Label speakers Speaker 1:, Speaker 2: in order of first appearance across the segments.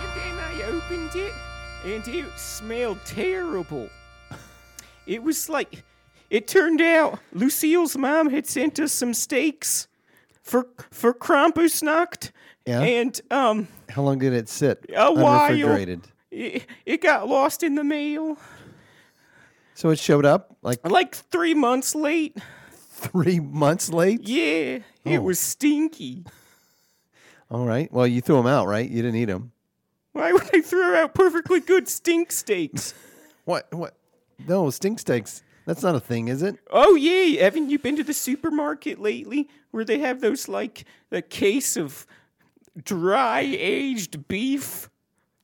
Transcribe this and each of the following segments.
Speaker 1: And then I opened it, and it smelled terrible. It was like, it turned out Lucille's mom had sent us some steaks for for Krampusnacht,
Speaker 2: Yeah?
Speaker 1: and um,
Speaker 2: How long did it sit?
Speaker 1: A while.
Speaker 2: Unrefrigerated.
Speaker 1: it, it got lost in the mail,
Speaker 2: So it showed up like
Speaker 1: like three months late.
Speaker 2: three months late.
Speaker 1: Yeah, it
Speaker 2: Oh.
Speaker 1: was stinky.
Speaker 2: All right. Well, you threw them out, right? You didn't eat them.
Speaker 1: Why would I throw out perfectly good stink steaks?
Speaker 2: What? What? No, stink steaks. That's not a thing, is it?
Speaker 1: Oh yeah, haven't you been to the supermarket lately where they have those like the case of dry aged beef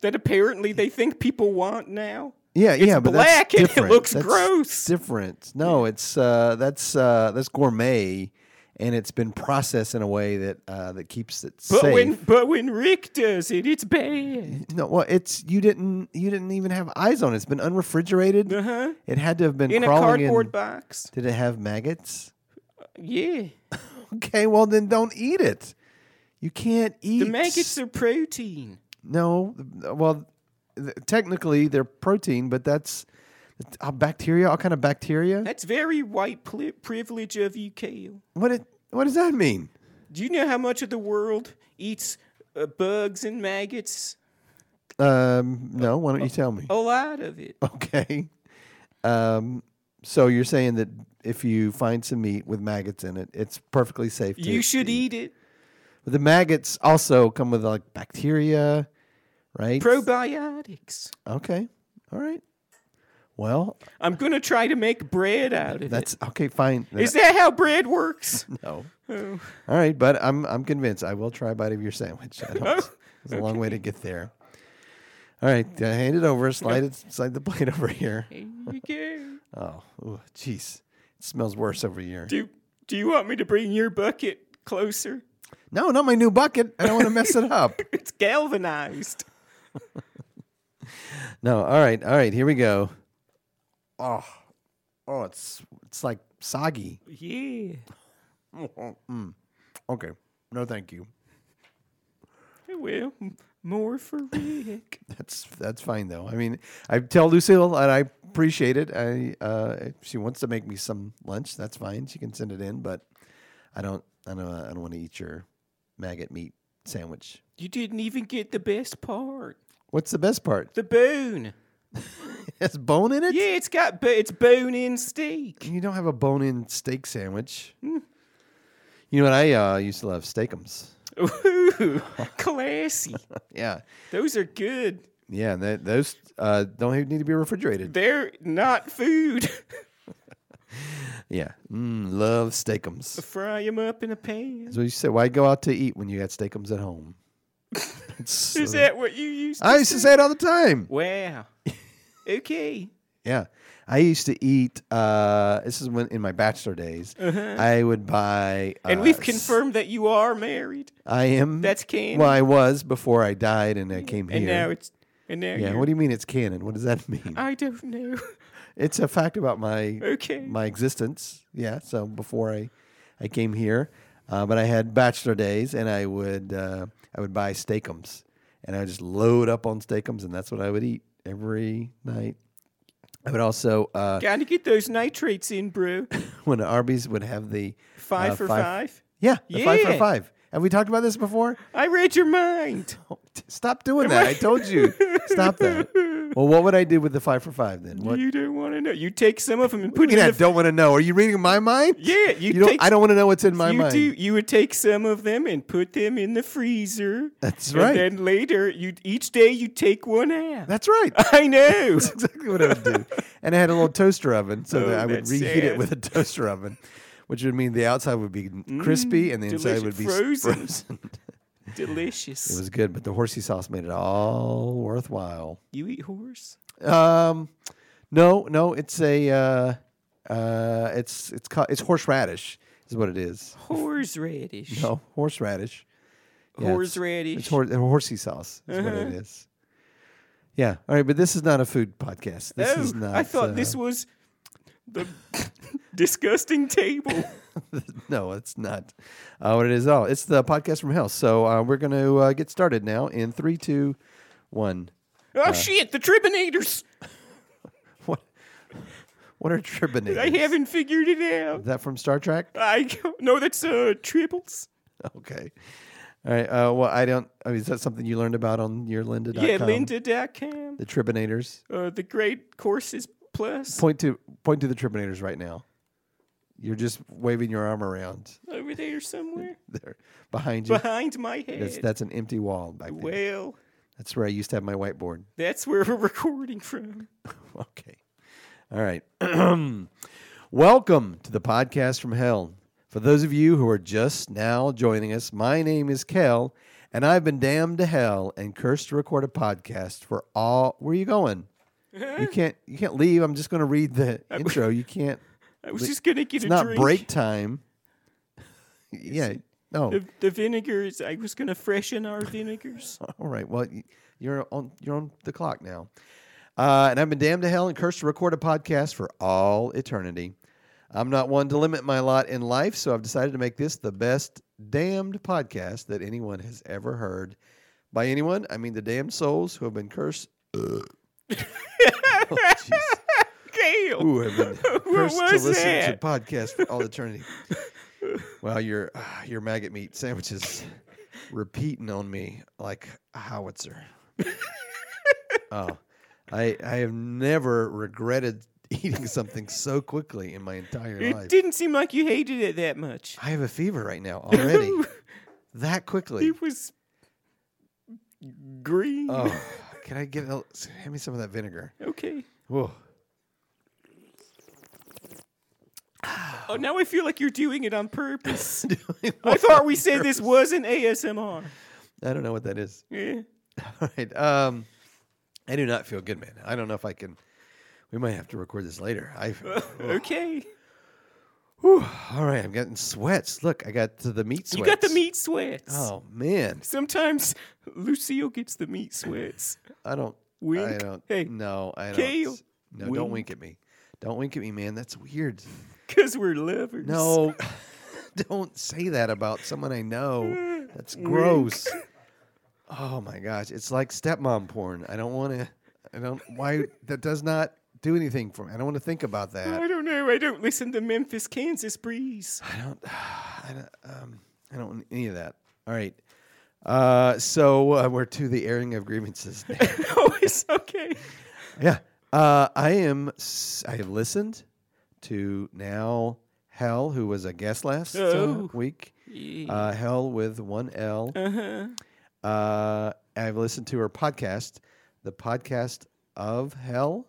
Speaker 1: that apparently they think people want now?
Speaker 2: Yeah, yeah, but
Speaker 1: black
Speaker 2: that's
Speaker 1: and it
Speaker 2: different.
Speaker 1: looks
Speaker 2: That's
Speaker 1: gross.
Speaker 2: Different. No, it's uh, that's uh, that's gourmet, and it's been processed in a way that uh, that keeps it
Speaker 1: But
Speaker 2: safe.
Speaker 1: when but when Rick does it, it's bad.
Speaker 2: no, well, it's you didn't you didn't even have eyes on it. It's been unrefrigerated.
Speaker 1: Uh-huh.
Speaker 2: It had to have been
Speaker 1: In a
Speaker 2: crawling
Speaker 1: cardboard
Speaker 2: in.
Speaker 1: box.
Speaker 2: Did it have maggots?
Speaker 1: Yeah.
Speaker 2: Okay, well then don't eat it. You can't eat
Speaker 1: The maggots are protein.
Speaker 2: No, th- well, th- technically they're protein, but that's uh, bacteria, all kind of bacteria.
Speaker 1: That's very white pli privilege of you, Kale.
Speaker 2: What it, what does that mean?
Speaker 1: Do you know how much of the world eats uh, bugs and maggots?
Speaker 2: Um, no, why don't you tell me?
Speaker 1: A lot of it.
Speaker 2: Okay. Um, so you're saying that if you find some meat with maggots in it, it's perfectly safe. To
Speaker 1: You should eat it.
Speaker 2: But the maggots also come with like bacteria, right?
Speaker 1: Probiotics.
Speaker 2: okay. All right. Well,
Speaker 1: I'm going to try to make bread out of
Speaker 2: that's okay. Fine.
Speaker 1: it. Is that how bread works?
Speaker 2: no?
Speaker 1: Oh,
Speaker 2: All right, but I'm I'm convinced. I will try a bite of your sandwich. I don't,
Speaker 1: Oh,
Speaker 2: it's a long way to get there. All right, uh, hand it over. Slide it. Slide the plate over here.
Speaker 1: here you go.
Speaker 2: Oh, ooh, jeez, it smells worse over here.
Speaker 1: Do, do you want me to bring your bucket closer?
Speaker 2: No, not my new bucket. I don't want to mess it up.
Speaker 1: It's galvanized.
Speaker 2: No. All right. All right. Here we go. Oh, oh, it's it's like soggy. Mm,
Speaker 1: Yeah.
Speaker 2: Okay. No, thank you.
Speaker 1: Oh, Well, m- more for Rick.
Speaker 2: That's that's fine though. I mean, I tell Lucille and I appreciate it. I uh, if she wants to make me some lunch, that's fine. She can send it in, but I don't I don't I don't want to eat your maggot meat sandwich.
Speaker 1: you didn't even get the best part
Speaker 2: What's the best part?
Speaker 1: the bone.
Speaker 2: It has bone in it.
Speaker 1: Yeah, it's got bo- it's bone in steak.
Speaker 2: You don't have a bone-in steak sandwich. You know what? I uh, used to love steakums.
Speaker 1: Ooh, classy.
Speaker 2: Yeah,
Speaker 1: Those are good.
Speaker 2: yeah. and that, those uh, don't even need to be refrigerated.
Speaker 1: They're not food.
Speaker 2: Yeah, mm, love steakums.
Speaker 1: Fry them up in a pan.
Speaker 2: So you say, why go out to eat when you got steakums at home? It's,
Speaker 1: Is
Speaker 2: uh,
Speaker 1: that what you used to
Speaker 2: I used to say it all the time.
Speaker 1: Wow. okay.
Speaker 2: Yeah. I used to eat. Uh, this is when in my bachelor days, I would buy. Uh,
Speaker 1: Uh-huh. And we've
Speaker 2: s-
Speaker 1: confirmed that you are married.
Speaker 2: I am.
Speaker 1: That's canon.
Speaker 2: Well, I was before I died and I came
Speaker 1: And
Speaker 2: here.
Speaker 1: now it's and now
Speaker 2: yeah.
Speaker 1: you're,
Speaker 2: What do you mean it's canon? What does that mean?
Speaker 1: I don't know.
Speaker 2: it's a fact about my
Speaker 1: Okay.
Speaker 2: my existence. Yeah. So before I I came here, uh, but I had bachelor days and I would uh, I would buy steakums and I would just load up on steakums and that's what I would eat every night. I would also uh,
Speaker 1: Gotta get those nitrates in, bro.
Speaker 2: when Arby's would have the
Speaker 1: Five
Speaker 2: uh,
Speaker 1: for five.
Speaker 2: Yeah, the Uh, five for
Speaker 1: Yeah.
Speaker 2: five. Have we talked about this before?
Speaker 1: I read your mind.
Speaker 2: Oh, t- Stop doing that. I told you. Stop that. Well, what would I do with the five for five then? What?
Speaker 1: You don't want to know. You take some of them and put
Speaker 2: You
Speaker 1: it
Speaker 2: mean I
Speaker 1: in the.
Speaker 2: don't want to know. Are you reading my mind?
Speaker 1: Yeah, you,
Speaker 2: You don't,
Speaker 1: take.
Speaker 2: I don't want to know what's in my
Speaker 1: you
Speaker 2: mind.
Speaker 1: do. You would take some of them and put them in the freezer.
Speaker 2: That's
Speaker 1: and
Speaker 2: right.
Speaker 1: then later, you each day you take one out.
Speaker 2: That's right. That's
Speaker 1: I know.
Speaker 2: exactly what I would do. And I had a little toaster oven, so
Speaker 1: Oh,
Speaker 2: that I would
Speaker 1: that's
Speaker 2: reheat it
Speaker 1: sad.
Speaker 2: with a toaster oven, which would mean the outside would be crispy and the inside
Speaker 1: Mm, delicious.
Speaker 2: would be s-
Speaker 1: Frozen.
Speaker 2: frozen.
Speaker 1: Delicious.
Speaker 2: It was good, but the horsey sauce made it all worthwhile.
Speaker 1: you eat horse?
Speaker 2: Um, no, no, it's a uh, uh, it's it's ca- it's horseradish is what it is.
Speaker 1: Horseradish.
Speaker 2: No, horseradish. Yeah, it's-
Speaker 1: horseradish. Uh-huh.
Speaker 2: It's hor- horsey sauce is what it is. Yeah. All right, but this is not a food podcast. This
Speaker 1: oh,
Speaker 2: is not.
Speaker 1: I thought
Speaker 2: uh,
Speaker 1: this was the disgusting table.
Speaker 2: no, it's not uh, what it is at all. It's the podcast from hell. So uh, we're going to uh, get started now in three, two, one.
Speaker 1: Oh
Speaker 2: Uh,
Speaker 1: shit! The Tribunators.
Speaker 2: What? What are tribinators?
Speaker 1: I haven't figured it Uh. out.
Speaker 2: Is that from Star Trek?
Speaker 1: I no, that's uh, tribbles.
Speaker 2: Okay. All right. Uh, well, I don't. I mean, is that something you learned about on your Lynda.com?
Speaker 1: Yeah, Lynda.com.
Speaker 2: The tribinators.
Speaker 1: Uh, the Great Courses Plus
Speaker 2: Point to point to the tribinators right now. You're just waving your arm around
Speaker 1: over there somewhere
Speaker 2: there behind you.
Speaker 1: behind my head.
Speaker 2: That's, that's an empty wall back there.
Speaker 1: well,
Speaker 2: That's where I used to have my whiteboard.
Speaker 1: that's where we're recording from.
Speaker 2: Okay. All right. Welcome to the podcast from hell. For those of you who are just now joining us, my name is Kel, and I've been damned to hell and cursed to record a podcast for all. Where are you going? You can't. You can't leave. I'm just going to read the intro. You can't.
Speaker 1: I was just gonna get
Speaker 2: It's
Speaker 1: a
Speaker 2: not
Speaker 1: drink.
Speaker 2: break time. Yeah. No.
Speaker 1: The, the vinegars. I was gonna freshen our vinegars.
Speaker 2: All right. Well, y- you're on you're on the clock now. Uh, and I've been damned to hell and cursed to record a podcast for all eternity. I'm not one to limit my lot in life, so I've decided to make this the best damned podcast that anyone has ever heard. By anyone, I mean the damned souls who have been cursed. oh, jeez.
Speaker 1: Gail.
Speaker 2: Who have been cursed to
Speaker 1: was
Speaker 2: listen to
Speaker 1: that?
Speaker 2: podcasts for all eternity. wow, your ah, your maggot meat sandwiches repeating on me like a howitzer. oh, I I have never regretted eating something so quickly in my entire
Speaker 1: It
Speaker 2: life.
Speaker 1: didn't seem like you hated it that much.
Speaker 2: I have a fever right now already. that quickly.
Speaker 1: It was green.
Speaker 2: Oh, can I get a, hand me some of that vinegar?
Speaker 1: Okay.
Speaker 2: Whoa.
Speaker 1: Oh, now I feel like you're doing it on purpose. I thought we said this wasn't ASMR.
Speaker 2: I don't know what that is.
Speaker 1: Yeah.
Speaker 2: All right. Um, I do not feel good, man. I don't know if I can. We might have to record this later. I.
Speaker 1: Okay.
Speaker 2: Whew. all right, I'm getting sweats. Look, I got to the meat sweats.
Speaker 1: You got the meat sweats.
Speaker 2: Oh man,
Speaker 1: Sometimes Lucille gets the meat sweats.
Speaker 2: I don't. I
Speaker 1: Wink.
Speaker 2: don't.
Speaker 1: Hey,
Speaker 2: no, I don't.
Speaker 1: Kale,
Speaker 2: No, don't wink at me. Don't wink at me, man. That's weird.
Speaker 1: Because we're lovers.
Speaker 2: No, don't say that about someone I know. That's gross. Oh my gosh, it's like stepmom porn. I don't want to. I don't. Why that does not do anything for me. I don't want to think about that.
Speaker 1: I don't know. I don't listen to Memphis, Kansas Breeze.
Speaker 2: I don't. I don't, um, I don't want any of that. All right. Uh, so uh, we're to the airing of grievances. now.
Speaker 1: oh, it's okay.
Speaker 2: yeah. Uh, I am. s- I have listened to now Hell, who was a guest last uh,
Speaker 1: Oh.
Speaker 2: week. Uh, Hell with one L.
Speaker 1: Uh-huh.
Speaker 2: Uh, I've listened to her podcast, the podcast of Hell.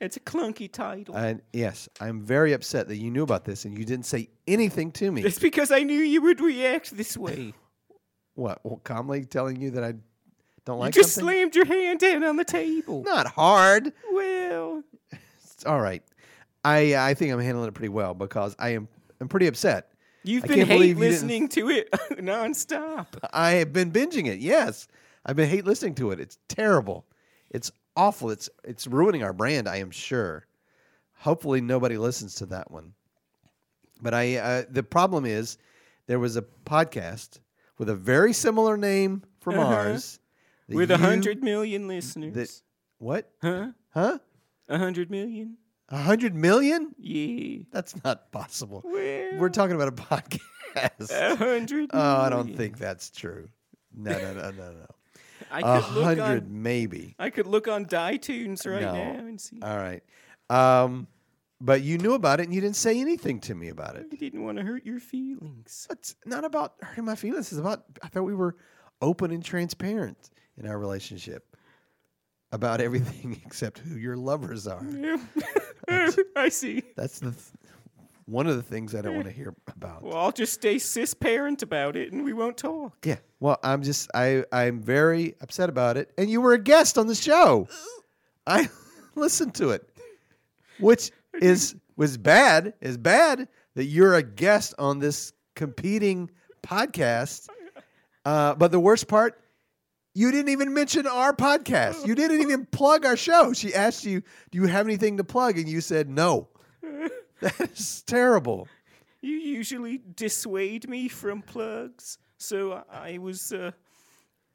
Speaker 1: It's a clunky title.
Speaker 2: And yes, I'm very upset that you knew about this and you didn't say anything to me.
Speaker 1: it's because I knew you would react this way.
Speaker 2: What? Well, calmly telling you that I don't like
Speaker 1: you just
Speaker 2: something?
Speaker 1: slammed your hand down on the table.
Speaker 2: Not hard.
Speaker 1: Well,
Speaker 2: It's all right. I I think I'm handling it pretty well because I am I'm pretty upset.
Speaker 1: you've
Speaker 2: I
Speaker 1: been
Speaker 2: can't believe
Speaker 1: hate
Speaker 2: you didn't-
Speaker 1: listening to it nonstop.
Speaker 2: I have been binging it. Yes, I've been hate listening to it. It's terrible. It's awful. It's it's ruining our brand. I am sure. Hopefully nobody listens to that one. But I uh, the problem is there was a podcast with a very similar name from ours. that
Speaker 1: Uh-huh. With a
Speaker 2: you-
Speaker 1: hundred million listeners.
Speaker 2: that- What?
Speaker 1: Huh?
Speaker 2: Huh?
Speaker 1: A hundred million?
Speaker 2: A hundred million?
Speaker 1: Yeah.
Speaker 2: That's not possible.
Speaker 1: Well,
Speaker 2: We're talking about a podcast.
Speaker 1: a hundred.
Speaker 2: Oh, I don't
Speaker 1: million.
Speaker 2: think that's true. No, no, no, no, no.
Speaker 1: I
Speaker 2: A
Speaker 1: could look
Speaker 2: hundred,
Speaker 1: on.
Speaker 2: maybe.
Speaker 1: I could look on iTunes right
Speaker 2: No. Uh,
Speaker 1: now and see.
Speaker 2: All right. Um, but you knew about it and you didn't say anything to me about it.
Speaker 1: I didn't want to hurt your feelings.
Speaker 2: It's not about hurting my feelings. It's about, I thought we were open and transparent in our relationship about everything except who your lovers are.
Speaker 1: I see.
Speaker 2: That's the th- one of the things I don't want to hear about.
Speaker 1: Well, I'll just stay cis parent about it, and we won't talk.
Speaker 2: yeah. Well, I'm just I I'm very upset about it. And you were a guest on the show. I listened to it, which is was bad. Is bad that you're a guest on this competing podcast. Uh, but the worst part. You didn't even mention our podcast. You didn't even plug our show. She asked you, "Do you have anything to plug?" and you said no. That is terrible.
Speaker 1: You usually dissuade me from plugs, so I, I was uh,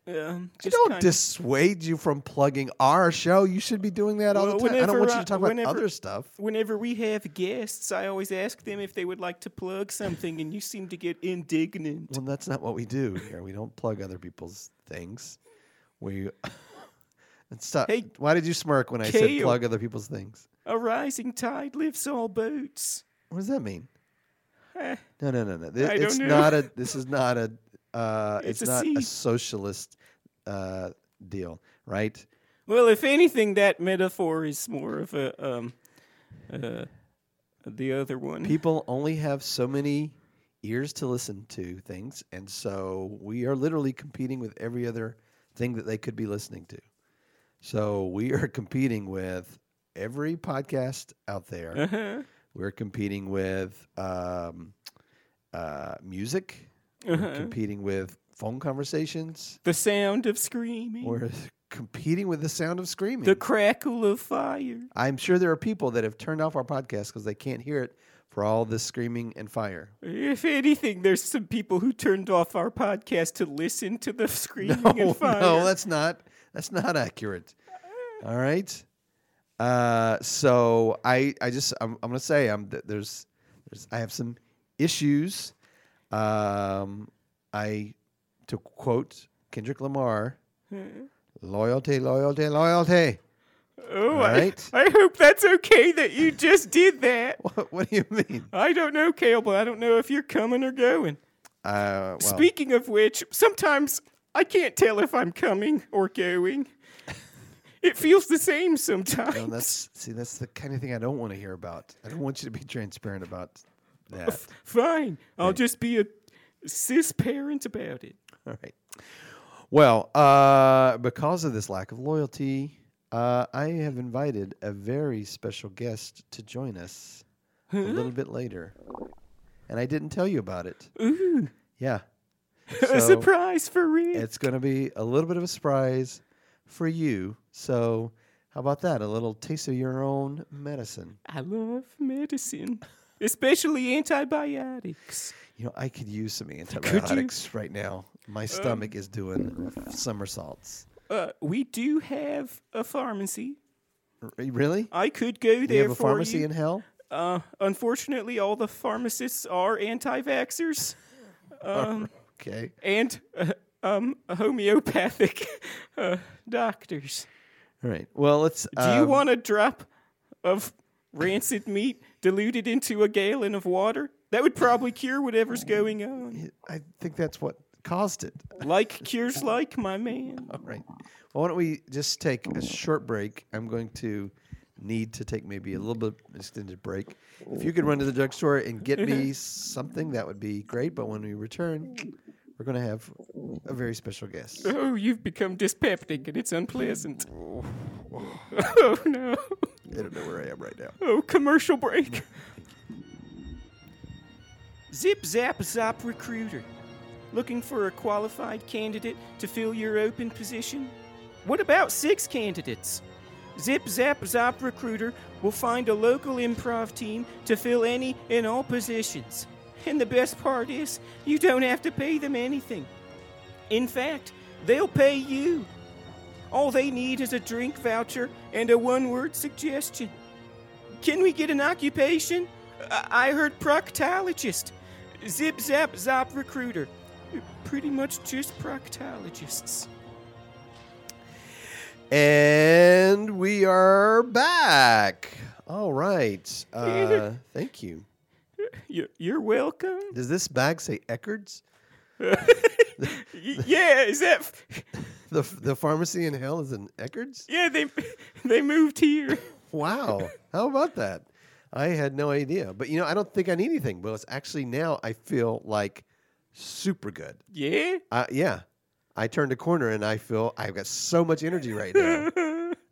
Speaker 1: um,
Speaker 2: I
Speaker 1: just
Speaker 2: don't
Speaker 1: kinda-
Speaker 2: dissuade you from plugging our show. You should be doing that all
Speaker 1: Well,
Speaker 2: the time. I don't want
Speaker 1: whenever
Speaker 2: you
Speaker 1: I-
Speaker 2: to talk about
Speaker 1: whenever-
Speaker 2: other stuff.
Speaker 1: Whenever we have guests, I always ask them if they would like to plug something, and you seem to get indignant.
Speaker 2: Well, that's not what we do here. We don't plug other people's things. We and stop.
Speaker 1: Hey,
Speaker 2: Why did you smirk when I said
Speaker 1: Kale.
Speaker 2: plug other people's things?
Speaker 1: A rising tide lifts all boats.
Speaker 2: What does that mean?
Speaker 1: Eh,
Speaker 2: No, no, no, no. Th-
Speaker 1: I don't
Speaker 2: it's
Speaker 1: know.
Speaker 2: not a. This is not a. Uh, it's,
Speaker 1: It's a
Speaker 2: not a
Speaker 1: sea.
Speaker 2: socialist uh, deal, right?
Speaker 1: Well, if anything, that metaphor is more of a um, uh, the other one.
Speaker 2: people only have so many ears to listen to things and so we are literally competing with every other thing that they could be listening to so we are competing with every podcast out there
Speaker 1: uh-huh.
Speaker 2: we're competing with um, uh, music we're
Speaker 1: Uh-huh.
Speaker 2: competing with phone conversations
Speaker 1: The sound of screaming.
Speaker 2: we're competing with the sound of screaming
Speaker 1: the crackle of fire.
Speaker 2: i'm sure there are people that have turned off our podcast because they can't hear it for all the screaming and fire
Speaker 1: If anything, there's some people who turned off our podcast to listen to the screaming and fire.
Speaker 2: No, that's not that's not accurate. All right. Uh, so I I just I'm, I'm gonna say I'm th- there's there's I have some issues. Um, I to quote Kendrick Lamar,
Speaker 1: Hmm.
Speaker 2: loyalty, loyalty, loyalty.
Speaker 1: oh, I,
Speaker 2: right.
Speaker 1: I hope that's okay that you just did that.
Speaker 2: What, what do you mean?
Speaker 1: I don't know, Cale, but I don't know if you're coming or going.
Speaker 2: Uh, well,
Speaker 1: Speaking of which, sometimes I can't tell if I'm coming or going. it feels the same sometimes.
Speaker 2: no, that's see that's the kind of thing I don't want to hear about. I don't want you to be transparent about that.
Speaker 1: Fine, I'll just be a cis parent about it.
Speaker 2: All right. Well, uh, because of this lack of loyalty, uh, I have invited a very special guest to join us a little bit later. And I didn't tell you about it. Ooh. Yeah.
Speaker 1: a
Speaker 2: So,
Speaker 1: surprise for real.
Speaker 2: It's going to be a little bit of a surprise for you. So, how about that? A little taste of your own medicine.
Speaker 1: I love medicine, especially antibiotics.
Speaker 2: You Um. know, I could use some antibiotics right now. My stomach is doing somersaults.
Speaker 1: Uh, we do have a pharmacy.
Speaker 2: R- really?
Speaker 1: I could go
Speaker 2: Do you
Speaker 1: there
Speaker 2: have a
Speaker 1: for
Speaker 2: pharmacy
Speaker 1: you.
Speaker 2: in hell?
Speaker 1: uh, unfortunately, all the pharmacists are anti-vaxxers
Speaker 2: Okay.
Speaker 1: and uh, um, homeopathic uh, doctors.
Speaker 2: All right. Well, let's. um,
Speaker 1: Do you want a drop of rancid meat diluted into a gallon of water? That would probably cure whatever's going on.
Speaker 2: I think that's what caused it.
Speaker 1: Like cures like, my man.
Speaker 2: All right. Well, why don't we just take a short break? I'm going to need to take maybe a little bit of extended break. If you could run to the drugstore and get me something, that would be great. But when we return, we're going to have a very special guest.
Speaker 1: Oh, you've become dyspeptic and it's unpleasant. oh no.
Speaker 2: I don't know where I am right now.
Speaker 1: Oh, commercial break. Zip Zap Zop Recruiter. Looking for a qualified candidate to fill your open position? What about six candidates? Zip Zap Zop Recruiter will find a local improv team to fill any and all positions. And the best part is, you don't have to pay them anything. In fact, they'll pay you. All they need is a drink voucher and a one word suggestion. Can we get an occupation? I I heard proctologist. Zip zap zop recruiter. Pretty much just proctologists.
Speaker 2: And we are back. All right. Uh, thank you.
Speaker 3: You're, you're welcome.
Speaker 2: Does this bag say Eckerd's?
Speaker 3: Y- yeah, is that? f-
Speaker 2: The, the pharmacy in hell is in Eckerd's?
Speaker 3: Yeah, they they moved here.
Speaker 2: Wow. How about that? I had no idea. But you know, I don't think I need anything. Well, it's actually now I feel like super good.
Speaker 3: Yeah.
Speaker 2: Uh, yeah. I turned a corner and I feel I've got so much energy right now.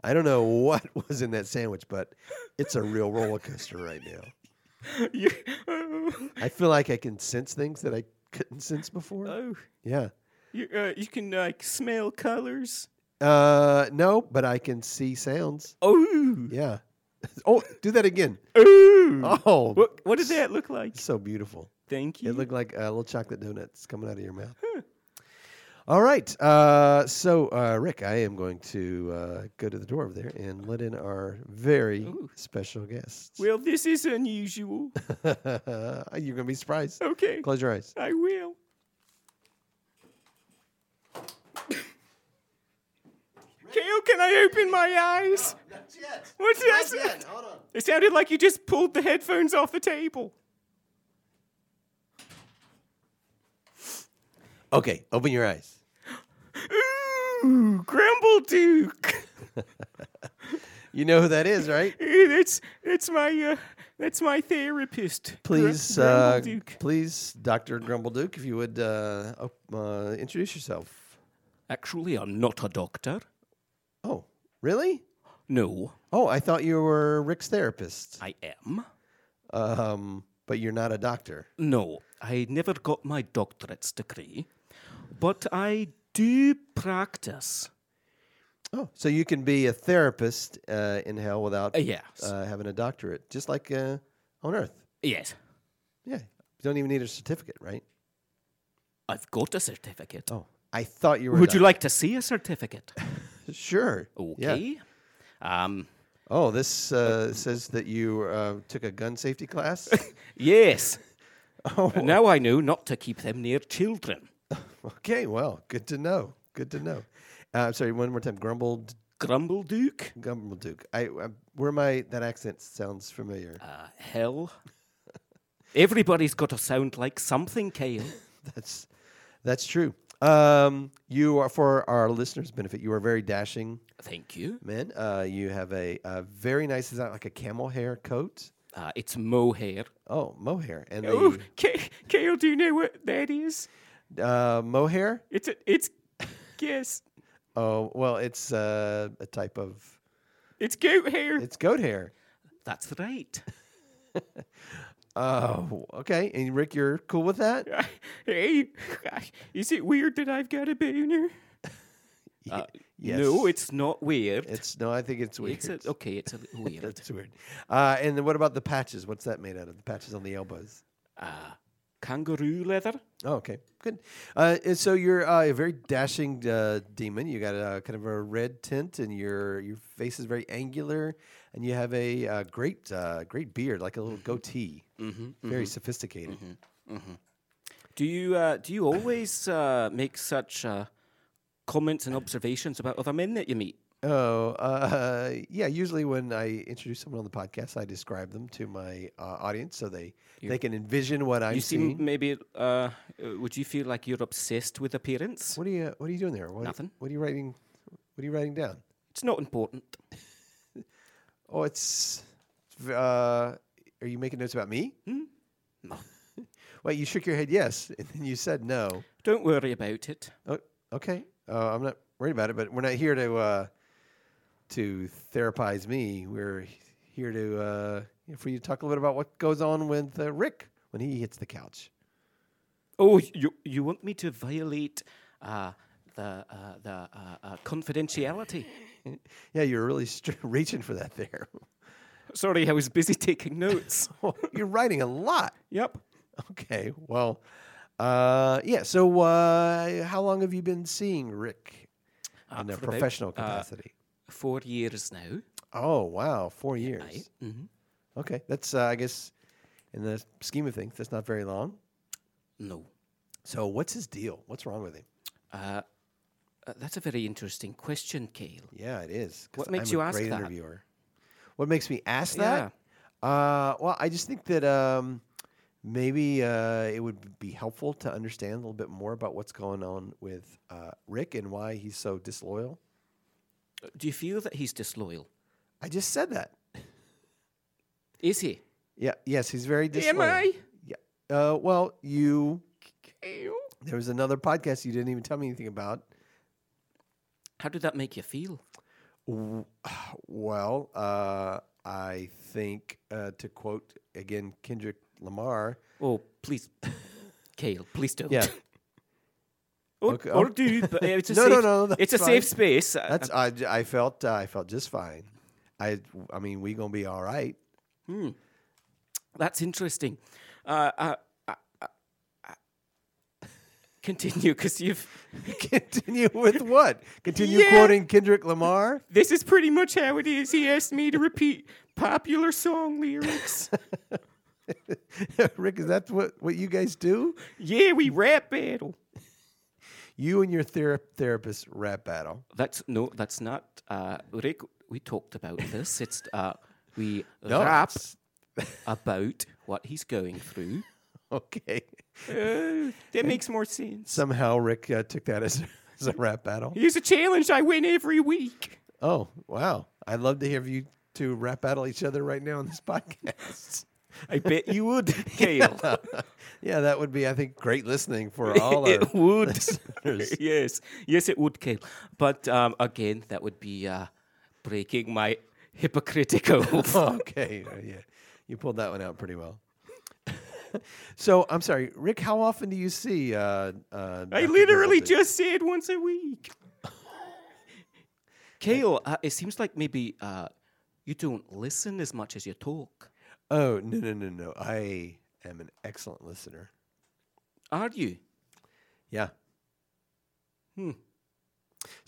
Speaker 2: I don't know what was in that sandwich, but it's a real roller coaster right now.
Speaker 3: You- oh,
Speaker 2: I feel like I can sense things that I couldn't sense before.
Speaker 3: oh,
Speaker 2: Yeah.
Speaker 3: you uh, you can like smell colors.
Speaker 2: Uh, no, but I can see sounds.
Speaker 3: Oh,
Speaker 2: Yeah. Oh, do that again.
Speaker 3: oh.
Speaker 2: Oh,
Speaker 3: What what did that look like?
Speaker 2: so beautiful.
Speaker 3: Thank you.
Speaker 2: It looked like uh, little chocolate donuts coming out of your mouth. All right. Uh, so, uh, Rick, I am going to uh, go to the door over there and let in our very special guests.
Speaker 3: well, this is unusual.
Speaker 2: You're going to be surprised.
Speaker 3: Okay,
Speaker 2: Close your eyes.
Speaker 3: I will. Kale, can I open my eyes? What did I say?
Speaker 2: Hold on.
Speaker 3: It sounded like you just pulled the headphones off the table.
Speaker 2: Okay, open your eyes.
Speaker 3: Ooh, Grumble Duke.
Speaker 2: You know who that is, right?
Speaker 3: Eh, that's that's my uh, that's my therapist. Gr-
Speaker 2: Please,
Speaker 3: Grumble
Speaker 2: uh,
Speaker 3: Duke.
Speaker 2: please, Doctor Grumbleduke, if you would uh, op- uh, introduce yourself.
Speaker 1: Actually, I'm not a doctor.
Speaker 2: Oh, really?
Speaker 1: No,
Speaker 2: Oh, I thought you were Rick's therapist.
Speaker 1: I am.
Speaker 2: Um, but you're not a doctor.
Speaker 1: No, I never got my doctorate's degree, but I do practice.
Speaker 2: Oh, so you can be a therapist uh, in hell without
Speaker 1: Uh, yes.
Speaker 2: uh, having a doctorate, just like uh, on Earth.
Speaker 1: yes,
Speaker 2: Yeah, you don't even need a certificate, right?
Speaker 1: I've got a certificate.
Speaker 2: Oh, I thought you were. a
Speaker 1: Would you
Speaker 2: doc-
Speaker 1: like to see a certificate?
Speaker 2: Sure. yeah.
Speaker 1: Okay. Um,
Speaker 2: Oh, this uh, says that you uh, took a gun safety class.
Speaker 1: yes.
Speaker 2: oh,
Speaker 1: And now I know not to keep them near children.
Speaker 2: okay. Well, good to know. Good to know. Uh, I'm sorry. One more time. Grumbled,
Speaker 1: Grumble Duke,
Speaker 2: Grumble Duke. I, I where my that accent sounds familiar.
Speaker 1: uh, hell. Everybody's got to sound like something, Kale.
Speaker 2: That's that's true. Um, you are for our listeners' benefit. You are very dashing
Speaker 1: Thank you.
Speaker 2: men. Uh, you have a, a very nice, is that like a camel hair coat?
Speaker 1: Uh, it's mohair.
Speaker 2: Oh, mohair and
Speaker 3: Ooh, K- Kale, do you know what that is?
Speaker 2: the uh, mohair.
Speaker 3: It's a, it's yes,
Speaker 2: Oh, well, it's uh, a type of
Speaker 3: it's goat hair.
Speaker 2: it's goat hair.
Speaker 1: That's right.
Speaker 2: Oh, okay. And Rick, you're cool with that?
Speaker 3: hey, is it weird that I've got a boner?
Speaker 2: Ye-
Speaker 1: Uh,
Speaker 2: yes.
Speaker 1: No, it's not weird.
Speaker 2: It's no. I think it's weird.
Speaker 1: It's a, okay, it's a little weird.
Speaker 2: That's weird. Uh, and then what about the patches? What's that made out of? The patches on the elbows.
Speaker 1: uh, kangaroo leather?
Speaker 2: Oh, okay, good. Uh, and so you're uh, a very dashing uh, demon. You got a kind of a red tint, and your your face is very angular, and you have a uh, great uh, great beard, like a little
Speaker 1: Mm-hmm.
Speaker 2: goatee. very sophisticated.
Speaker 1: Do you uh, do you always uh, make such uh, comments and observations about other men that you meet?
Speaker 2: Oh, uh, yeah. Usually, when I introduce someone on the podcast, I describe them to my uh, audience so they they can envision what I'm
Speaker 1: you
Speaker 2: seeing.
Speaker 1: seem maybe. Uh, uh, would you feel like you're obsessed with appearance?
Speaker 2: what are you What are you doing there? What,
Speaker 1: Nothing.
Speaker 2: What are you writing? What are you writing down?
Speaker 1: It's not important.
Speaker 2: Oh, it's. v- Uh, are you making notes about me? No. Wait, you shook your head yes, and then you said no.
Speaker 1: Don't worry about it.
Speaker 2: Oh, okay, uh, I'm not worried about it, but we're not here to uh, to therapize me. We're here to uh, for you to talk a little bit about what goes on with uh, Rick when he hits the couch.
Speaker 1: Oh, y- you you want me to violate uh, the uh, the uh, uh, confidentiality?
Speaker 2: Yeah, you're really str- reaching for that there.
Speaker 1: Sorry, I was busy taking notes.
Speaker 2: you're writing a lot.
Speaker 1: yep.
Speaker 2: Okay, well, uh, yeah. So, uh, how long have you been seeing Rick in a
Speaker 1: for about,
Speaker 2: professional
Speaker 1: uh,
Speaker 2: capacity?
Speaker 1: Four years now.
Speaker 2: oh, wow, four years.
Speaker 1: Mm-hmm.
Speaker 2: Okay, that's uh, I guess in the scheme of things, that's not very long.
Speaker 1: No.
Speaker 2: So, what's his deal? What's wrong with him?
Speaker 1: Uh, Uh, that's a very interesting question, Cale.
Speaker 2: Yeah, it is. 'cause
Speaker 1: What makes
Speaker 2: I'm
Speaker 1: you
Speaker 2: a
Speaker 1: ask
Speaker 2: great
Speaker 1: that?
Speaker 2: interviewer? What makes me ask that? Uh, well, I just think that um, maybe uh, it would be helpful to understand a little bit more about what's going on with uh, Rick and why he's so disloyal.
Speaker 1: Do you feel that he's disloyal?
Speaker 2: I just said that.
Speaker 1: Is he?
Speaker 2: Yeah. Yes, he's very disloyal.
Speaker 1: I?
Speaker 2: Yeah. Uh, well, you. There was another podcast you didn't even tell me anything about.
Speaker 1: How did that make you feel?
Speaker 2: W- Well, uh, I think uh, to quote again Kendrick Lamar.
Speaker 1: Oh, please, Cale, please don't.
Speaker 2: Yeah.
Speaker 1: Or,
Speaker 2: Okay,
Speaker 1: or
Speaker 2: oh.
Speaker 1: do you? But uh, it's a
Speaker 2: No,
Speaker 1: safe,
Speaker 2: no, no, that's
Speaker 1: It's a
Speaker 2: fine.
Speaker 1: safe space. Uh,
Speaker 2: That's I, j- I felt uh, I felt just fine. I I mean we gonna be all right.
Speaker 1: That's interesting. Uh, uh, uh, uh, uh, continue, because you've.
Speaker 2: Continue with what? Continue
Speaker 1: Yeah.
Speaker 2: quoting Kendrick Lamar.
Speaker 1: This is pretty much how it is. He asked me to repeat popular song lyrics.
Speaker 2: Rick, is that what, what you guys do?
Speaker 1: yeah, we rap battle.
Speaker 2: You and your thera- therapist rap battle.
Speaker 1: That's no, that's not. Uh, Rick, we talked about this. It's uh, we
Speaker 2: No,
Speaker 1: rap
Speaker 2: it's-
Speaker 1: about what he's going through.
Speaker 2: Okay.
Speaker 1: Uh, That makes more sense.
Speaker 2: Somehow Rick uh, took that as, as a rap battle.
Speaker 1: Here's a challenge I win every week.
Speaker 2: Oh wow! I'd love to hear you two rap battle each other right now on this podcast.
Speaker 1: I bet you would, Kale.
Speaker 2: yeah, that would be I think great listening for all our
Speaker 1: it would.
Speaker 2: listeners.
Speaker 1: yes, yes, it would, Kale. But um, again, that would be uh, breaking my hypocritical.
Speaker 2: okay, uh, yeah, you pulled that one out pretty well. so I'm sorry, Rick. How often do you see? Uh, uh,
Speaker 1: I
Speaker 2: Dr.
Speaker 1: literally
Speaker 2: Doubleday?
Speaker 1: just said once a week. Kale, uh, it seems like maybe uh, you don't listen as much as you talk.
Speaker 2: Oh no no no no! I am an excellent listener.
Speaker 1: Are you?
Speaker 2: Yeah.
Speaker 1: Hmm.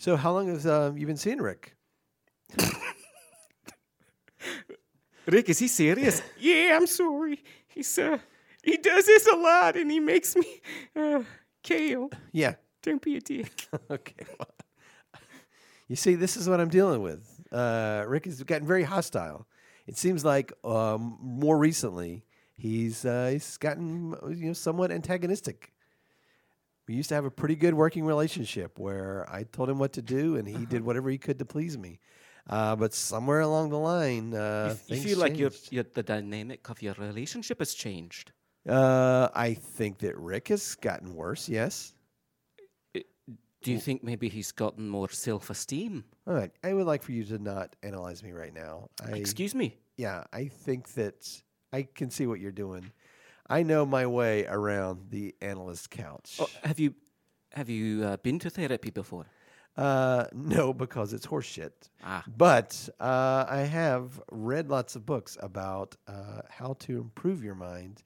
Speaker 2: So how long have uh, you been seeing Rick?
Speaker 1: Rick, is he serious? yeah, I'm sorry. He's uh, he does this a lot, and he makes me uh, Kale.
Speaker 2: Yeah.
Speaker 1: Don't be a dick.
Speaker 2: okay. well, you see, this is what I'm dealing with. Uh, Rick has gotten very hostile. It seems like um, more recently he's uh, he's gotten you know somewhat antagonistic. We used to have a pretty good working relationship where I told him what to do and he
Speaker 1: Uh-huh.
Speaker 2: did whatever he could to please me. Uh, but somewhere along the line, uh,
Speaker 1: you
Speaker 2: things
Speaker 1: feel like your,
Speaker 2: changed.
Speaker 1: your the dynamic of your relationship has changed.
Speaker 2: Uh, I think that Rick has gotten worse. Yes.
Speaker 1: Do
Speaker 2: Oh.
Speaker 1: you think maybe he's gotten more self-esteem?
Speaker 2: All right. I would like for you to not analyze me right now. I,
Speaker 1: Excuse me.
Speaker 2: yeah, I think that I can see what you're doing. I know my way around the analyst couch.
Speaker 1: Oh, have you have you uh, been to therapy before?
Speaker 2: Uh, no, because it's horseshit.
Speaker 1: Ah.
Speaker 2: But uh, I have read lots of books about uh, how to improve your mind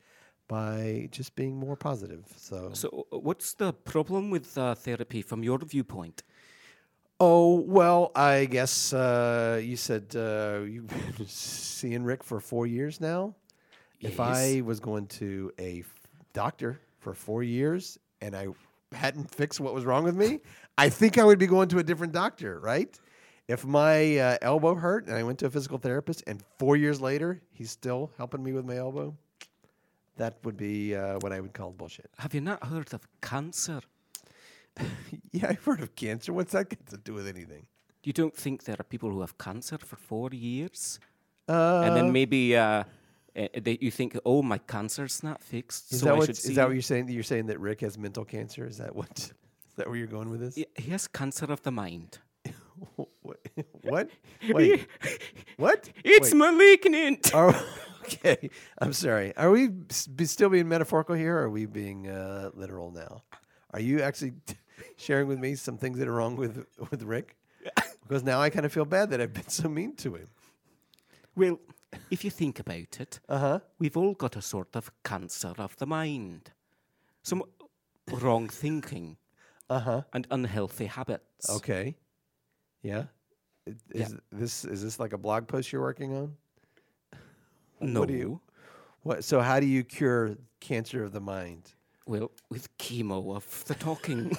Speaker 2: by just being more positive. So,
Speaker 1: So, uh, what's the problem with uh, therapy from your viewpoint?
Speaker 2: oh well, I guess uh, you said uh, you've been seeing Rick for four years now. If I was going to a f- doctor for four years and I hadn't fixed what was wrong with me, I think I would be going to a different doctor, right? If my uh, elbow hurt and I went to a physical therapist and four years later he's still helping me with my elbow, that would be uh, what I would call bullshit.
Speaker 1: Have you not heard of cancer?
Speaker 2: Yeah, I've heard of cancer. What's that got to do with anything?
Speaker 1: You don't think there are people who have cancer for four years,
Speaker 2: Uh,
Speaker 1: and then maybe uh, uh, that you think, "Oh, my cancer's not fixed."
Speaker 2: is,
Speaker 1: so
Speaker 2: that
Speaker 1: I
Speaker 2: what,
Speaker 1: should
Speaker 2: is
Speaker 1: see
Speaker 2: that what
Speaker 1: you."
Speaker 2: you're saying? That You're saying that Rick has mental cancer? Is that what? Is that where you're going with this?
Speaker 1: Yeah, He has cancer of the mind.
Speaker 2: what? Wait. what?
Speaker 1: It's
Speaker 2: Wait.
Speaker 1: malignant.
Speaker 2: Are, okay, I'm sorry. Are we s- be still being metaphorical here? Or are we being uh, literal now? Are you actually sharing with me some things that are wrong with with Rick? Because now I kind of feel bad that I've been so mean to him.
Speaker 1: Well, Uh-huh. if you think about it,
Speaker 2: Uh huh.
Speaker 1: we've all got a sort of cancer of the mind, some wrong thinking,
Speaker 2: Uh huh.
Speaker 1: and unhealthy habits.
Speaker 2: Okay. Yeah. I- Is this is this like a blog post you're working on?
Speaker 1: No.
Speaker 2: do you- What? So how do you cure cancer of the mind?
Speaker 1: Well, with chemo of the talking.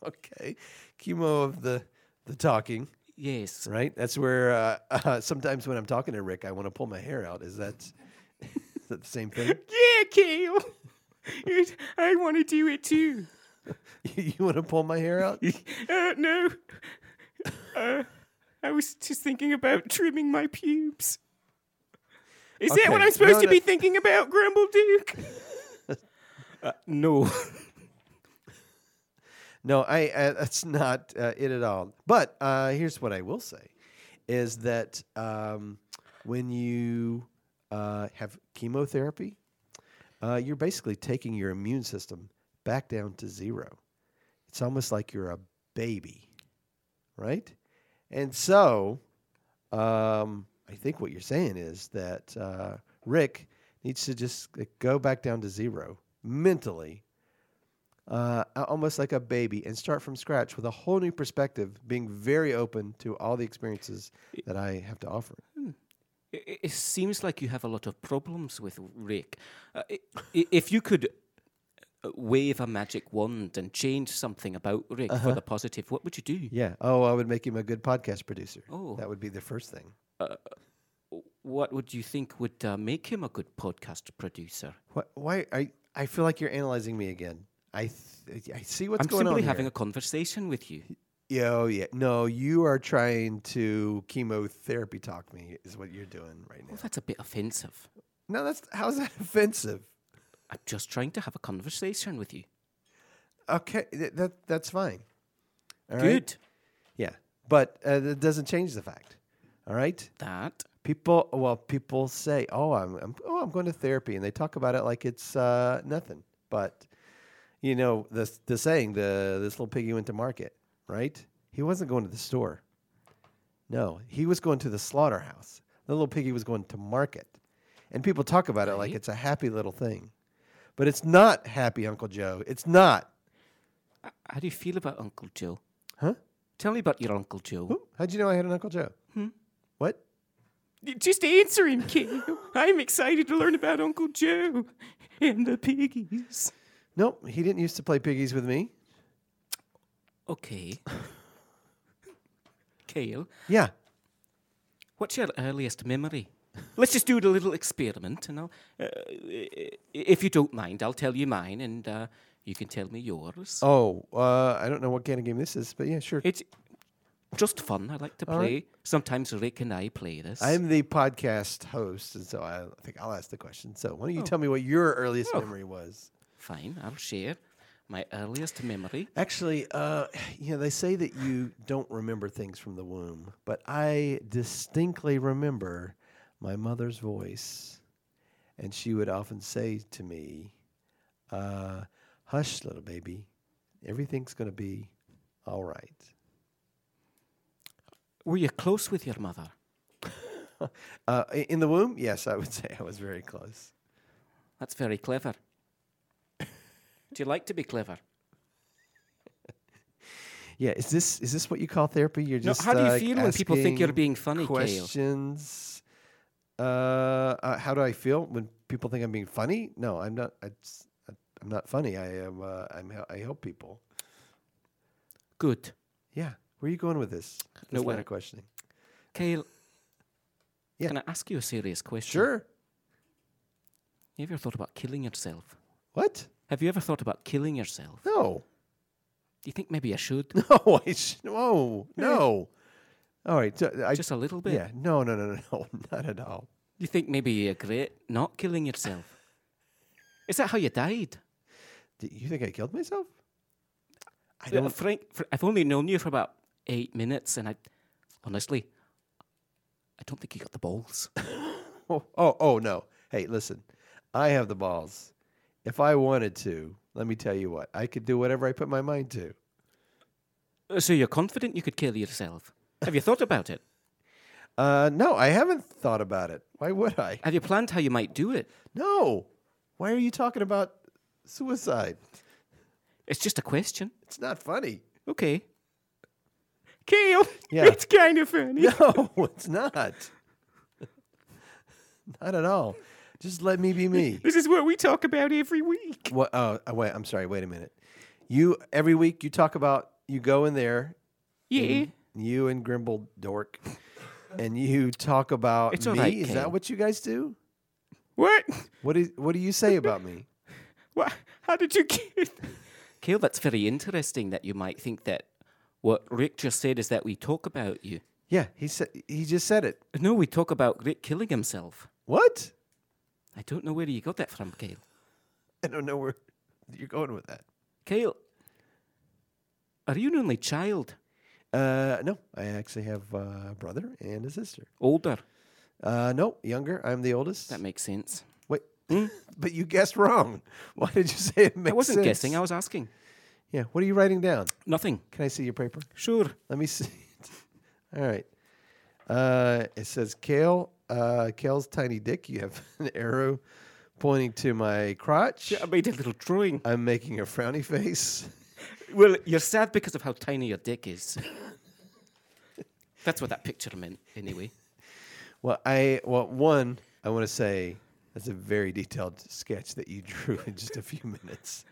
Speaker 2: okay. Chemo of the the talking,
Speaker 1: Yes.
Speaker 2: right? That's where uh, uh, sometimes when I'm talking to Rick, I want to pull my hair out. Is that is that the same thing?
Speaker 1: Yeah, Kale. It- I want to do it too.
Speaker 2: you want to pull my hair out?
Speaker 1: Uh, no. Uh, I was just thinking about trimming my pubes. Is that what
Speaker 2: Okay,
Speaker 1: I'm supposed
Speaker 2: no,
Speaker 1: to be
Speaker 2: that-
Speaker 1: thinking about, Grumble Duke? uh, no.
Speaker 2: No, I, I that's not uh, it at all. But uh, here's what I will say: is that um, when you uh, have chemotherapy, uh, you're basically taking your immune system back down to zero. It's almost like you're a baby, right? And so, um, I think what you're saying is that uh, Rick needs to just uh, go back down to zero mentally uh, a- almost like a baby and start from scratch with a whole new perspective, being very open to all the experiences that I have to offer.
Speaker 1: I- i- It seems like you have a lot of problems with Rick. Uh, i- i- if you could uh, wave a magic wand and change something about Rick
Speaker 2: Uh-huh.
Speaker 1: for the positive, what would you do?
Speaker 2: Yeah. Oh, I would make him a good podcast producer.
Speaker 1: Oh.
Speaker 2: That would be the first thing.
Speaker 1: What would you think would uh, make him a good podcast producer?
Speaker 2: What, why? I, I feel like you're analyzing me again. I, th- I see what's
Speaker 1: I'm
Speaker 2: going on.
Speaker 1: simply having
Speaker 2: here.
Speaker 1: a conversation with you.
Speaker 2: Yeah, oh, yeah. No, you are trying to chemotherapy talk me, is what you're doing right now.
Speaker 1: Well, Oh, that's a bit offensive.
Speaker 2: No, that's how's that offensive?
Speaker 1: I'm just trying to have a conversation with you.
Speaker 2: Okay, th- that that's fine. All right?
Speaker 1: good.
Speaker 2: Yeah, but uh, that doesn't change the fact. All right.
Speaker 1: That.
Speaker 2: People, well, people say, "Oh, I'm, I'm, oh, I'm going to therapy," and they talk about it like it's uh, nothing. But you know, the the saying, the this little piggy went to market, right? He wasn't going to the store. No, he was going to the slaughterhouse. The little piggy was going to market, and people talk about it like it's a happy little thing, but it's not happy, Uncle Joe. It's not,
Speaker 1: How do you feel about Uncle Joe?
Speaker 2: huh?
Speaker 1: Tell me about your Uncle Joe.
Speaker 2: Who? How'd you know I had an Uncle Joe? Hmm? What?
Speaker 1: Just answer him, Kale. I'm excited to learn about Uncle Joe and the piggies.
Speaker 2: Nope, he didn't used to play piggies with me.
Speaker 1: Okay. Kale,
Speaker 2: Yeah.
Speaker 1: what's your earliest memory? Let's just do a little experiment, and I'll, uh, i- if you don't mind, I'll tell you mine, and uh, you can tell me yours.
Speaker 2: Oh, uh, I don't know what kind of game this is, but yeah, sure.
Speaker 1: It's just fun. I like to play.
Speaker 2: right.
Speaker 1: Sometimes Rick and I play this.
Speaker 2: I'm the podcast host, and so I think I'll ask the question. So why don't you tell me what your earliest memory was?
Speaker 1: Fine, I'll share my earliest memory.
Speaker 2: Actually, uh, you know, they say that you don't remember things from the womb, but I distinctly remember my mother's voice, and she would often say to me, uh, "Hush, little baby, everything's going to be all right."
Speaker 1: Were you close with your mother?
Speaker 2: Uh, i- in the womb, yes, I would say I was very close.
Speaker 1: That's very clever. Do you like to be clever?
Speaker 2: Yeah, is this is this what you call therapy? You're
Speaker 1: No,
Speaker 2: just
Speaker 1: how do you
Speaker 2: uh,
Speaker 1: feel when people think you're
Speaker 2: asking
Speaker 1: being funny, Kale?
Speaker 2: Questions. Uh, uh, how do I feel when people think I'm being funny? No, I'm not. I, am not funny. I am. Uh, I'm. hel- I help people.
Speaker 1: Good.
Speaker 2: Yeah. Where are you going with this? this
Speaker 1: No,
Speaker 2: line
Speaker 1: well-
Speaker 2: of questioning.
Speaker 1: Kale,
Speaker 2: Yeah.
Speaker 1: can I ask you a serious question?
Speaker 2: Sure.
Speaker 1: Have you ever thought about killing yourself?
Speaker 2: What?
Speaker 1: Have you ever thought about killing yourself? Do
Speaker 2: No.
Speaker 1: you think maybe I should?
Speaker 2: No. I. Sh- whoa. No. All right. So I.
Speaker 1: Just a little bit.
Speaker 2: yeah. No. No. No. No. No. Not at all.
Speaker 1: Do you think maybe you're great not killing yourself? Is that how you died?
Speaker 2: Did you think I killed myself? I
Speaker 1: Well,
Speaker 2: don't.
Speaker 1: Frank, fr- I've only known you for about eight minutes, and I honestly, I don't think you got the balls.
Speaker 2: Oh, oh, oh no. Hey, listen. I have the balls. If I wanted to, let me tell you what. I could do whatever I put my mind to.
Speaker 1: Uh, so you're confident you could kill yourself? Have you thought about it?
Speaker 2: Uh, no, I haven't thought about it. Why would I?
Speaker 1: Have you planned how you might do it?
Speaker 2: No. Why are you talking about suicide?
Speaker 1: It's just a question.
Speaker 2: It's not funny.
Speaker 1: Okay. Kale,
Speaker 2: Yeah.
Speaker 1: it's kind of funny.
Speaker 2: No, it's not. Not at all. Just let me be me.
Speaker 1: This is what we talk about every week.
Speaker 2: What? Oh, uh, wait. I'm sorry. Wait a minute. You every week you talk about you go in there,
Speaker 3: Yeah.
Speaker 2: you and Grimble Dork, and you talk about
Speaker 1: It's all
Speaker 2: me.
Speaker 1: right,
Speaker 2: is that
Speaker 1: Kane.
Speaker 2: what you guys do?
Speaker 3: What?
Speaker 2: What is what do you say about me?
Speaker 3: What? How did you get?
Speaker 1: Kale, that's very interesting that you might think that what Rick just said is that we talk about you.
Speaker 2: Yeah, he said he just said it.
Speaker 1: No, we talk about Rick killing himself.
Speaker 2: What?
Speaker 1: I don't know where you got that from, Kale.
Speaker 2: I don't know where you're going with that.
Speaker 1: Kale, are you an only child?
Speaker 2: Uh, no, I actually have a brother and a sister.
Speaker 1: Older?
Speaker 2: Uh, no, younger. I'm the oldest.
Speaker 1: That makes sense.
Speaker 2: Wait, hmm? but you guessed wrong. Why did you say it makes
Speaker 1: I wasn't
Speaker 2: sense?
Speaker 1: guessing, I was asking.
Speaker 2: Yeah, what are you writing down?
Speaker 1: Nothing.
Speaker 2: Can I see your paper?
Speaker 1: Sure.
Speaker 2: Let me see. it. All right. Uh, it says Kale. Uh, Kale's tiny dick. You have an arrow pointing to my crotch.
Speaker 1: I made a little drawing.
Speaker 2: I'm making a frowny face.
Speaker 1: Well, you're sad because of how tiny your dick is. That's what that picture meant, anyway.
Speaker 2: Well, I well one. I want to say that's a very detailed sketch that you drew in just a few minutes.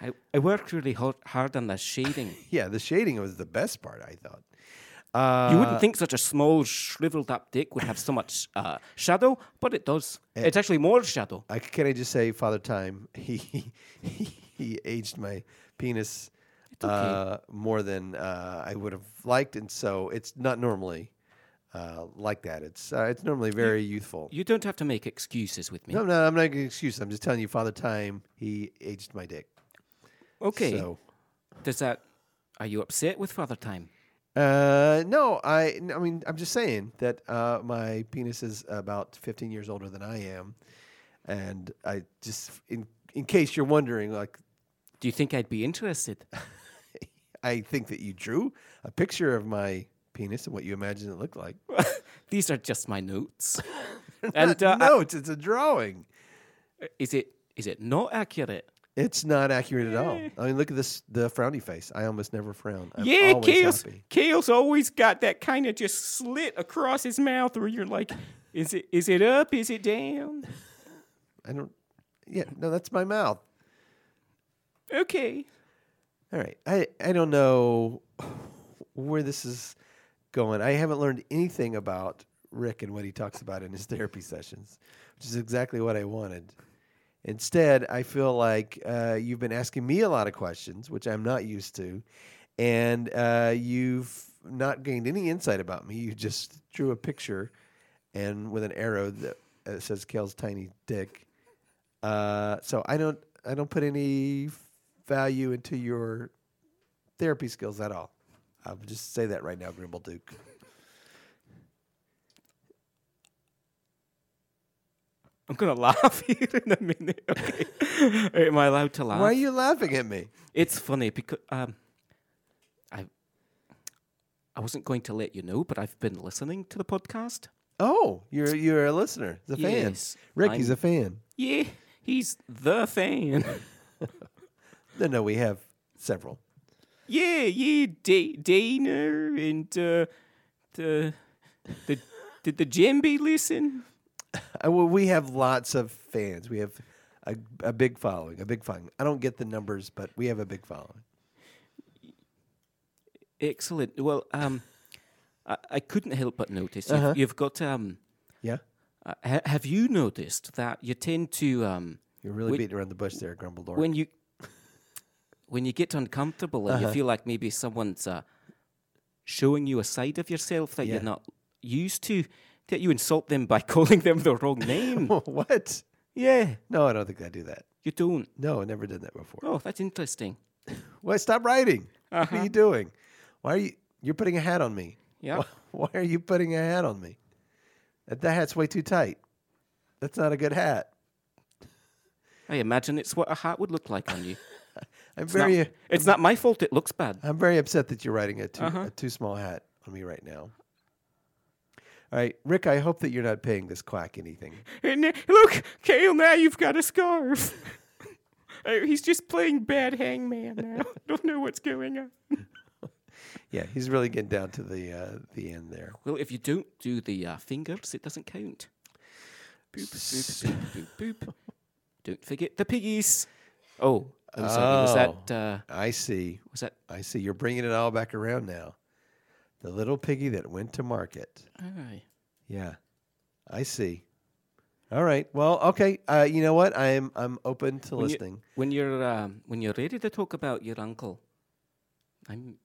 Speaker 1: I, I worked really hard, hard on the shading.
Speaker 2: Yeah, the shading was the best part. I thought.
Speaker 1: you wouldn't think such a small, shriveled up dick would have so much uh, shadow, but it does. it's actually more shadow.
Speaker 2: I, can I just say, Father Time, he he, he aged my penis uh, more than uh, I would have liked, and so it's not normally uh, like that. It's uh, it's normally very youthful.
Speaker 1: You don't have to make excuses with me.
Speaker 2: no, no, I'm not making excuses. I'm just telling you, Father Time, he aged my dick.
Speaker 1: okay.
Speaker 2: So,
Speaker 1: Does that. Are you upset with Father Time?
Speaker 2: uh, no, I n- I mean I'm just saying that uh, my penis is about 15 years older than I am, and I just in in case you're wondering, like
Speaker 1: Do you think I'd be interested?
Speaker 2: I think that you drew a picture of my penis and what you imagine it looked like.
Speaker 1: These are just my notes.
Speaker 2: And
Speaker 1: and uh, I-
Speaker 2: no, it's, it's a drawing.
Speaker 1: is it is it not accurate?
Speaker 2: It's not accurate at all. I mean, look at this the frowny face. I almost never frown. I'm
Speaker 3: yeah,
Speaker 2: always
Speaker 3: Kale's,
Speaker 2: happy.
Speaker 3: Kale's always got that kind of just slit across his mouth where you're like, is it is it up? Is it down?
Speaker 2: I don't. Yeah, no, that's my mouth.
Speaker 3: Okay.
Speaker 2: All right. I I don't know where this is going. I haven't learned anything about Rick and what he talks about in his therapy sessions, which is exactly what I wanted. Instead, I feel like uh, you've been asking me a lot of questions, which I'm not used to, and uh, you've not gained any insight about me. You just drew a picture, and with an arrow that uh, says Kale's tiny dick. Uh, so I don't I don't put any f- value into your therapy skills at all. I'll just say that right now, Grimble Duke.
Speaker 1: I'm gonna laugh here in a minute. Okay. Am I allowed to laugh?
Speaker 2: Why are you laughing at me?
Speaker 1: It's funny because um, I I wasn't going to let you know, but I've been listening to the podcast.
Speaker 2: Oh, you're you're a listener, the fan.
Speaker 1: Yes,
Speaker 2: Rick, he's
Speaker 1: I'm-
Speaker 2: a fan.
Speaker 3: Yeah, he's the fan.
Speaker 2: No, no, we have several.
Speaker 3: yeah, yeah, da- Dana and uh, the the did the djembe listen?
Speaker 2: Uh, well, we have lots of fans. We have a, a big following, a big following. I don't get the numbers, but we have a big following.
Speaker 1: Excellent. Well, um, I, I couldn't help but notice you've, you've got um.
Speaker 2: Yeah,
Speaker 1: Uh, ha- have you noticed that you tend to um
Speaker 2: you're really
Speaker 1: Wait-
Speaker 2: beating around the bush there, Grumble Dork.
Speaker 1: when you when you get uncomfortable and you feel like maybe someone's uh, showing you a side of yourself that
Speaker 2: Yeah.
Speaker 1: you're not used to, that you insult them by calling them the wrong name.
Speaker 2: what?
Speaker 1: yeah,
Speaker 2: No, I don't think I do that.
Speaker 1: you don't.
Speaker 2: No, I never did that before.
Speaker 1: Oh, that's interesting.
Speaker 2: Why stop writing? What are you doing? Why are you you're putting a hat on me?
Speaker 1: Uh-huh. Yeah.
Speaker 2: Why, why are you putting a hat on me? That, that hat's way too tight. That's not a good hat.
Speaker 1: I imagine it's what a hat would look like on you.
Speaker 2: I'm
Speaker 1: It's not-
Speaker 2: very
Speaker 1: it's not my fault. It looks bad.
Speaker 2: I'm very upset that you're writing a too,
Speaker 1: Uh-huh.
Speaker 2: a too small hat on me right now. All right, Rick, I hope that you're not paying this quack anything.
Speaker 3: And uh, look, Kale, now you've got a scarf. Uh, he's just playing bad hangman now. I don't know what's going on.
Speaker 2: Yeah, he's really getting down to the uh, the end there.
Speaker 1: Well, if you don't do the uh, fingers, it doesn't count. Boop, boop, boop, boop, boop. Don't forget the piggies. Oh, I'm sorry. Was
Speaker 2: Oh.
Speaker 1: that uh,
Speaker 2: I see.
Speaker 1: was that
Speaker 2: I see. You're bringing it all back around now. The little piggy that went to market.
Speaker 1: aye.
Speaker 2: Yeah, I see. All right. Well, okay. Uh, you know what? I'm I'm open to
Speaker 1: When you-
Speaker 2: listening.
Speaker 1: When you're um, when you're ready to talk about your uncle, I'm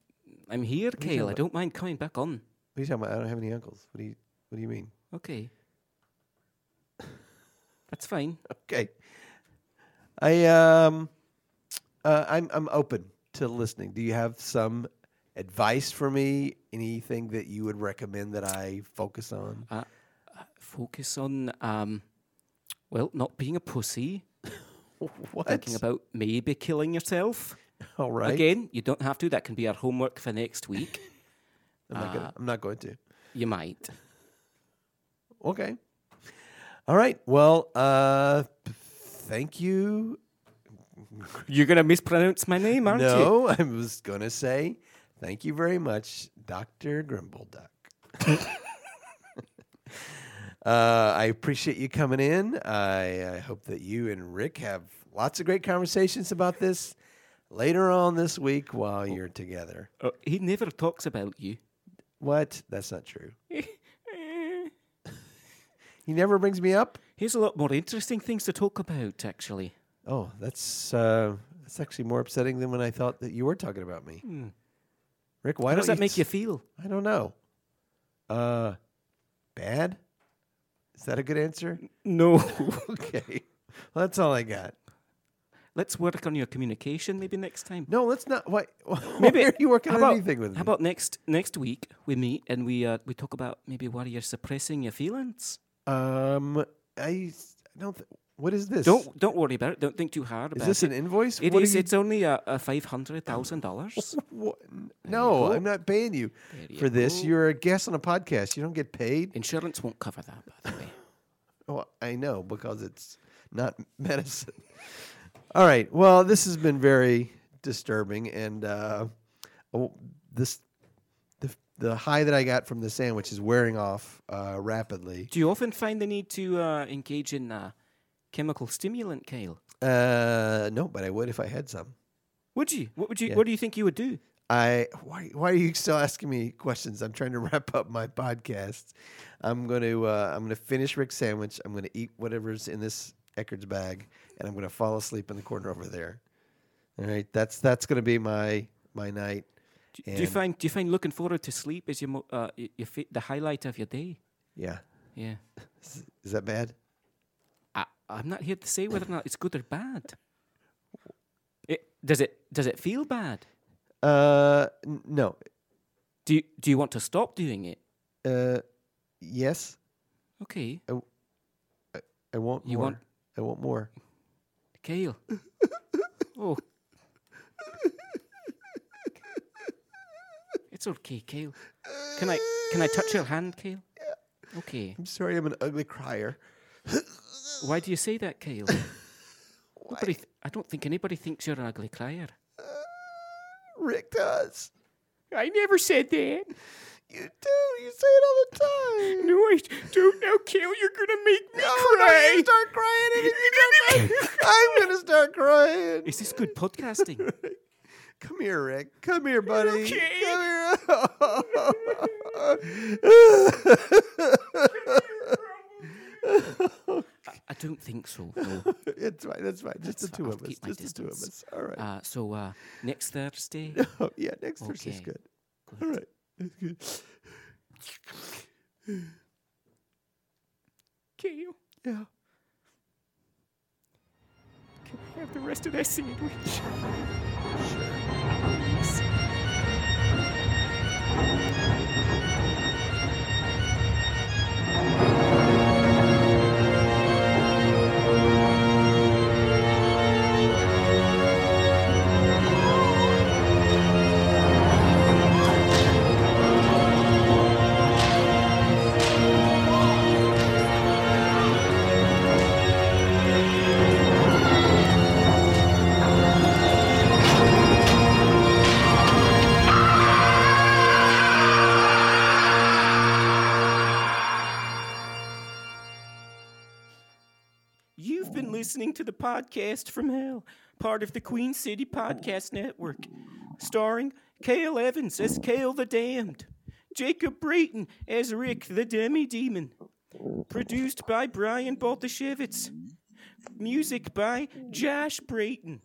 Speaker 1: I'm here, Kale. I don't mind coming back on.
Speaker 2: What are you talking about? I don't have any uncles. What do you What do you mean?
Speaker 1: Okay. That's fine.
Speaker 2: Okay. I um, uh, I'm I'm open to listening. Do you have some advice for me? Anything that you would recommend that I focus on?
Speaker 1: Uh, Focus on um, well, not being a pussy.
Speaker 2: What?
Speaker 1: Thinking about maybe killing yourself.
Speaker 2: all right.
Speaker 1: Again, you don't have to. That can be our homework for next week.
Speaker 2: I'm, not
Speaker 1: Uh.
Speaker 2: gonna, I'm not going to.
Speaker 1: you might.
Speaker 2: Okay. All right. Well, uh, thank you.
Speaker 1: You're gonna mispronounce my name, aren't you?
Speaker 2: no, I was going to say thank you very much, Dr. Grimbleduck. uh, I appreciate you coming in. I, I hope that you and Rick have lots of great conversations about this later on this week
Speaker 1: Oh.
Speaker 2: while you're together.
Speaker 1: Uh, he never talks about you.
Speaker 2: What? That's not true. he never brings me up.
Speaker 1: Here's a lot more interesting things to talk about, actually.
Speaker 2: Oh, that's uh, that's actually more upsetting than when I thought that you were talking about me, Rick.
Speaker 1: Hmm. How
Speaker 2: Why don't
Speaker 1: does that make
Speaker 2: s-
Speaker 1: you feel?
Speaker 2: I don't know. Uh, bad. Is that a good answer?
Speaker 1: No.
Speaker 2: okay. Well, that's all I got.
Speaker 1: Let's work on your communication maybe next time.
Speaker 2: No, let's not. Why? Maybe are you working
Speaker 1: how
Speaker 2: on
Speaker 1: about,
Speaker 2: anything with
Speaker 1: How
Speaker 2: me?
Speaker 1: about next next week we meet and we uh, we talk about maybe why you're suppressing your feelings.
Speaker 2: um, I s- I don't. Th- what is this?
Speaker 1: Don't don't worry about it. Don't think too hard about
Speaker 2: Is this
Speaker 1: it.
Speaker 2: an invoice?
Speaker 1: It
Speaker 2: What are
Speaker 1: is.
Speaker 2: you-
Speaker 1: It's only a, a five hundred thousand dollars.
Speaker 2: What? No, I'm not paying you
Speaker 1: you
Speaker 2: for this. You're a guest on a podcast. You don't get paid.
Speaker 1: Insurance won't cover that, by the way.
Speaker 2: Oh, I know because it's not medicine. All right. Well, this has been very disturbing, and uh, oh, this the the high that I got from the sandwich is wearing off uh, rapidly.
Speaker 1: Do you often find the need to uh, engage in uh, chemical stimulant, Kale?
Speaker 2: Uh, no, but I would if I had some.
Speaker 1: Would you? What would you? What do you think you would do?
Speaker 2: I why why are you still asking me questions? I'm trying to wrap up my podcast. I'm going to uh, I'm going to finish Rick's sandwich. I'm going to eat whatever's in this Eckerd's bag, and I'm going to fall asleep in the corner over there. All right, that's that's going to be my my night.
Speaker 1: do you
Speaker 2: And-
Speaker 1: find do you find looking forward to sleep is your mo- uh, y- your fa- the highlight of your day?
Speaker 2: Yeah,
Speaker 1: Yeah.
Speaker 2: is that bad?
Speaker 1: I, I'm not here to say whether or not it's good or bad. It, does it does it feel bad?
Speaker 2: Uh, n- no.
Speaker 1: Do you, do you want to stop doing it?
Speaker 2: Uh, yes,
Speaker 1: Okay,
Speaker 2: I want
Speaker 1: You
Speaker 2: more.
Speaker 1: want-
Speaker 2: I want more.
Speaker 1: Kale. oh. It's okay, Kale. Can I can I touch your hand, Kale? Okay.
Speaker 2: I'm sorry, I'm an ugly crier.
Speaker 1: Why do you say that, Kale? Nobody th- I don't think anybody thinks you're an ugly crier.
Speaker 2: Rick does.
Speaker 3: I never said that.
Speaker 2: You do. You say it all the time.
Speaker 3: No, I don't know, Kale. You're gonna make me
Speaker 2: I'm
Speaker 3: cry.
Speaker 2: gonna start crying. and if you don't cry- I'm gonna start crying.
Speaker 1: Is this good podcasting?
Speaker 2: Come here, Rick. Come here, buddy.
Speaker 3: okay?
Speaker 2: Come here.
Speaker 1: I don't think so. No.
Speaker 2: it's fine. That's fine. Just the
Speaker 1: That's fine.
Speaker 2: two
Speaker 1: I'll
Speaker 2: of us.
Speaker 1: keep my
Speaker 2: Just the two of
Speaker 1: distance.
Speaker 2: us. All right.
Speaker 1: Uh, so uh, next Thursday.
Speaker 2: Oh, yeah. Next Thursday's
Speaker 1: okay.
Speaker 2: good. All right. That's good.
Speaker 3: Kale,
Speaker 2: Yeah.
Speaker 3: can I have the rest of that sandwich?
Speaker 1: You've been listening to the podcast from hell part of the Queen City Podcast Network, starring Cale Evans as Cale the Damned, Jacob Brayton as Rick the Demi Demon, produced by Brian Baltashevitz, music by Josh Brayton.